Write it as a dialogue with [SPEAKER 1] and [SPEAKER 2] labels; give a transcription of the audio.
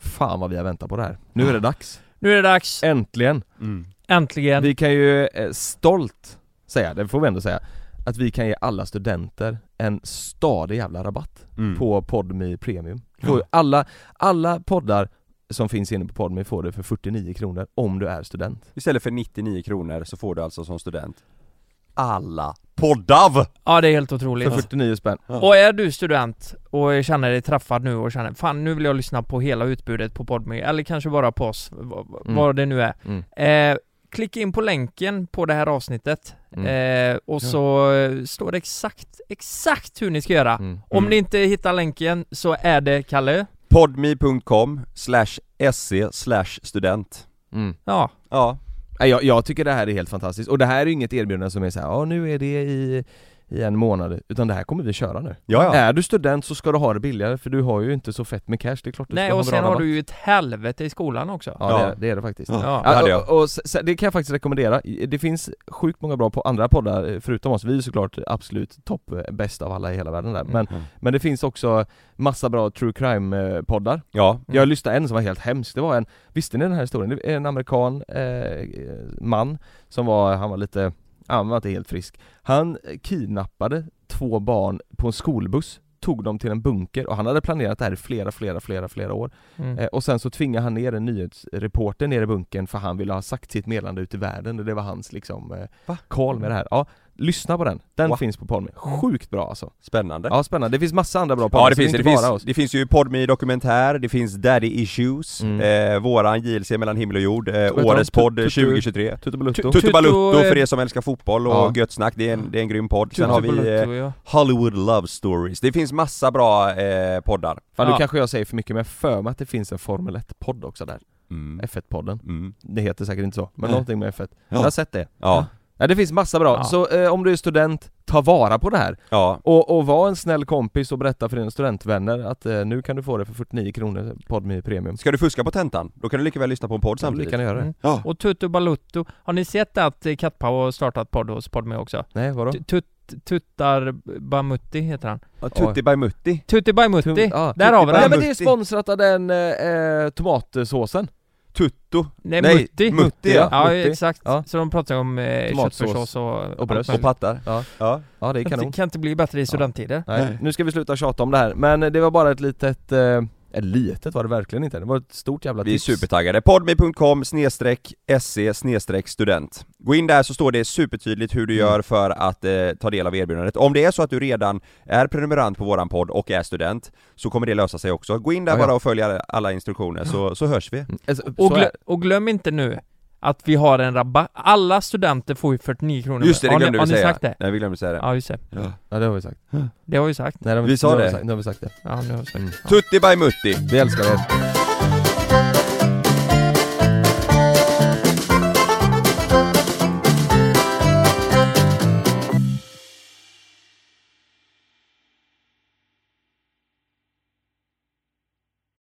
[SPEAKER 1] fan vad vi har väntat på det här. Nu är det dags.
[SPEAKER 2] Nu är det dags,
[SPEAKER 1] Äntligen.
[SPEAKER 3] Mm.
[SPEAKER 2] äntligen!
[SPEAKER 1] Vi kan ju eh, stolt säga, det får vi ändå säga, att vi kan ge alla studenter en stadig jävla rabatt
[SPEAKER 3] Mm.
[SPEAKER 1] på Podmi Premium. Får ju alla, alla poddar som finns inne på Podmi får det för 49 kronor om du är student.
[SPEAKER 3] Istället för 99 kronor så får du alltså som student
[SPEAKER 1] Alla!
[SPEAKER 3] Poddav!
[SPEAKER 2] Ja det är helt
[SPEAKER 1] För
[SPEAKER 2] otroligt. Alltså.
[SPEAKER 1] 49 spänn.
[SPEAKER 2] Och är du student och känner dig träffad nu och känner fan nu vill jag lyssna på hela utbudet på Podme eller kanske bara på oss, v- v-
[SPEAKER 1] Mm.
[SPEAKER 2] vad det nu är.
[SPEAKER 1] Mm.
[SPEAKER 2] Eh, klicka in på länken på det här avsnittet
[SPEAKER 1] Mm.
[SPEAKER 2] eh, och så eh, står det exakt, exakt hur ni ska göra.
[SPEAKER 1] Mm.
[SPEAKER 2] Om ni inte hittar länken så är det Kalle.
[SPEAKER 3] Podmi.com slash se slash student
[SPEAKER 1] Mm.
[SPEAKER 2] Ja,
[SPEAKER 3] Ja,
[SPEAKER 1] Nej, Jag, jag tycker det här är helt fantastiskt och det här är ju inget erbjudande som är såhär, ja nu är det i, i en månad, utan det här kommer vi köra nu.
[SPEAKER 3] ja, ja.
[SPEAKER 1] Är du student så ska du ha det billigare för du har ju inte så fett med cash, det är klart du
[SPEAKER 2] nej
[SPEAKER 1] ska
[SPEAKER 2] och
[SPEAKER 1] ha en
[SPEAKER 2] sen
[SPEAKER 1] bra
[SPEAKER 2] har
[SPEAKER 1] rabatt.
[SPEAKER 2] du ju ett helvete i skolan också.
[SPEAKER 1] Ja, Det,
[SPEAKER 3] Ja.
[SPEAKER 1] är, det är det faktiskt.
[SPEAKER 3] Ja.
[SPEAKER 2] Ja.
[SPEAKER 3] det hade jag.
[SPEAKER 1] och, och, s- det kan jag faktiskt rekommendera. Det finns sjukt många bra på andra poddar eh, förutom oss. Vi är ju såklart absolut topp, eh, bäst av alla i hela världen där. Men,
[SPEAKER 3] Mm.
[SPEAKER 1] men det finns också massa bra true eh, crime-poddar.
[SPEAKER 3] Ja,
[SPEAKER 1] Jag lyssnade en som var helt hemsk, det var en, visste ni den här historien? Det är En amerikan eh, man som var, han var lite, han var inte helt frisk Han kidnappade två barn på en skolbuss, tog dem till en bunker och han hade planerat det här i flera, flera, flera, flera år eh,
[SPEAKER 2] Mm.
[SPEAKER 1] Och sen så tvingade han ner en nyhetsreporter ner i bunkern för han ville ha sagt sitt meddelande ut i världen och det var hans liksom eh,
[SPEAKER 3] Va?
[SPEAKER 1] call med det här Ja, lyssna på den, den
[SPEAKER 3] Wow.
[SPEAKER 1] finns på Palme, sjukt bra alltså
[SPEAKER 3] spännande
[SPEAKER 1] Ja spännande, det finns massa andra bra poddar,
[SPEAKER 3] Ja det
[SPEAKER 1] så är
[SPEAKER 3] finns, det,
[SPEAKER 1] inte bara oss.
[SPEAKER 3] finns, det finns ju Podmi dokumentär, det finns Daddy Issues,
[SPEAKER 1] Mm.
[SPEAKER 3] eh, våran JLC mellan himmel och jord, eh,
[SPEAKER 1] heter
[SPEAKER 3] årets
[SPEAKER 1] de?
[SPEAKER 3] podd
[SPEAKER 1] Tutu-
[SPEAKER 3] 2023
[SPEAKER 1] Tutu Balutto.
[SPEAKER 2] Tutu-
[SPEAKER 3] Tutu Balutto
[SPEAKER 2] eh,
[SPEAKER 3] för er som älskar fotboll och
[SPEAKER 1] Ja.
[SPEAKER 3] gött snack, det är, en, det är en grym podd. Sen
[SPEAKER 2] Tutu
[SPEAKER 3] har vi eh,
[SPEAKER 2] Balutto, ja.
[SPEAKER 3] Hollywood Love Stories, det finns massa bra eh, poddar
[SPEAKER 1] Fan nu
[SPEAKER 2] Ja.
[SPEAKER 1] kanske jag säger för mycket men jag har för mig att det finns en Formel 1-podd också där
[SPEAKER 3] mm.
[SPEAKER 1] F1-podden
[SPEAKER 3] Mm. Det
[SPEAKER 1] Det heter säkert inte så, men
[SPEAKER 3] Nej.
[SPEAKER 1] någonting med F1 Jag
[SPEAKER 3] Ja.
[SPEAKER 1] har sett det
[SPEAKER 3] Ja,
[SPEAKER 1] ja, Det finns massa bra,
[SPEAKER 2] Ja.
[SPEAKER 1] så eh, om du är student, ta vara på det här
[SPEAKER 3] ja,
[SPEAKER 1] och, och var en snäll kompis och berätta för dina studentvänner att eh, nu kan du få det för 49 kronor, Podmi Premium
[SPEAKER 3] Ska du fuska på tentan, då kan du lika väl lyssna på en podd
[SPEAKER 1] Samtidigt
[SPEAKER 3] samtidigt
[SPEAKER 1] kan du göra det
[SPEAKER 2] Mm.
[SPEAKER 3] Ja.
[SPEAKER 2] Och Tutu Balutto, har ni sett att eh, Kattpaw har startat podd hos Podme också?
[SPEAKER 1] Nej vadå?
[SPEAKER 2] Tut- Tut- Tuttar Bamutti heter han.
[SPEAKER 3] Ja, Tutti by Mutti
[SPEAKER 2] Tutti by Mutti,
[SPEAKER 1] Tum- ja,
[SPEAKER 2] där har vi
[SPEAKER 1] Nej
[SPEAKER 2] den!
[SPEAKER 3] Tutti by-
[SPEAKER 1] men det är sponsrat av den eh, eh, tomatsåsen
[SPEAKER 3] Tutto
[SPEAKER 2] Nej,
[SPEAKER 3] Nej,
[SPEAKER 2] Mutti!
[SPEAKER 3] Mutti,
[SPEAKER 1] ja.
[SPEAKER 2] ja,
[SPEAKER 1] Mutti.
[SPEAKER 2] exakt,
[SPEAKER 1] Ja.
[SPEAKER 2] så de pratar om eh,
[SPEAKER 1] Tomatsås.
[SPEAKER 2] köttfärssås och...
[SPEAKER 1] Och bröst.
[SPEAKER 2] allt
[SPEAKER 3] och
[SPEAKER 2] möjligt.
[SPEAKER 3] pattar
[SPEAKER 1] Ja.
[SPEAKER 3] ja.
[SPEAKER 1] Ja det är
[SPEAKER 2] Det kan,
[SPEAKER 1] kanon
[SPEAKER 2] inte bli bättre i studenttider.
[SPEAKER 1] Nej, nu ska vi sluta tjata om det här, men det var bara ett litet, eh, ett litet var det verkligen inte, det var ett stort jävla
[SPEAKER 3] Vi är
[SPEAKER 1] tips
[SPEAKER 3] supertaggade. Podme.com snedstreck se snedstreck student. Gå in där så står det supertydligt hur du
[SPEAKER 1] Mm.
[SPEAKER 3] gör för att eh, ta del av erbjudandet. Om det är så att du redan är prenumerant på våran podd och är student så kommer det lösa sig också. Gå in där
[SPEAKER 1] Ja, ja.
[SPEAKER 3] bara och följ alla- alla instruktioner så, så hörs vi.
[SPEAKER 1] Mm, alltså,
[SPEAKER 2] Och,
[SPEAKER 1] så är
[SPEAKER 2] glö- och glöm inte nu att vi har en rabatt. Alla studenter får ju 49 kronor.
[SPEAKER 3] Just det, det
[SPEAKER 2] har ni,
[SPEAKER 3] glömde
[SPEAKER 2] har
[SPEAKER 3] vi
[SPEAKER 2] ni
[SPEAKER 3] säga.
[SPEAKER 2] sagt det?
[SPEAKER 3] Nej, vi glömde säga det.
[SPEAKER 2] Ja, just det.
[SPEAKER 1] Ja det har vi sagt.
[SPEAKER 2] Det har vi sagt.
[SPEAKER 1] Nej, det har
[SPEAKER 3] Vi
[SPEAKER 1] inte-
[SPEAKER 3] sa
[SPEAKER 1] nu har
[SPEAKER 3] det.
[SPEAKER 1] sagt- Nu har vi sagt det.
[SPEAKER 2] Ja, nu har vi sagt.
[SPEAKER 1] Mm.
[SPEAKER 3] Tutti by Mutti!
[SPEAKER 1] Vi älskar er.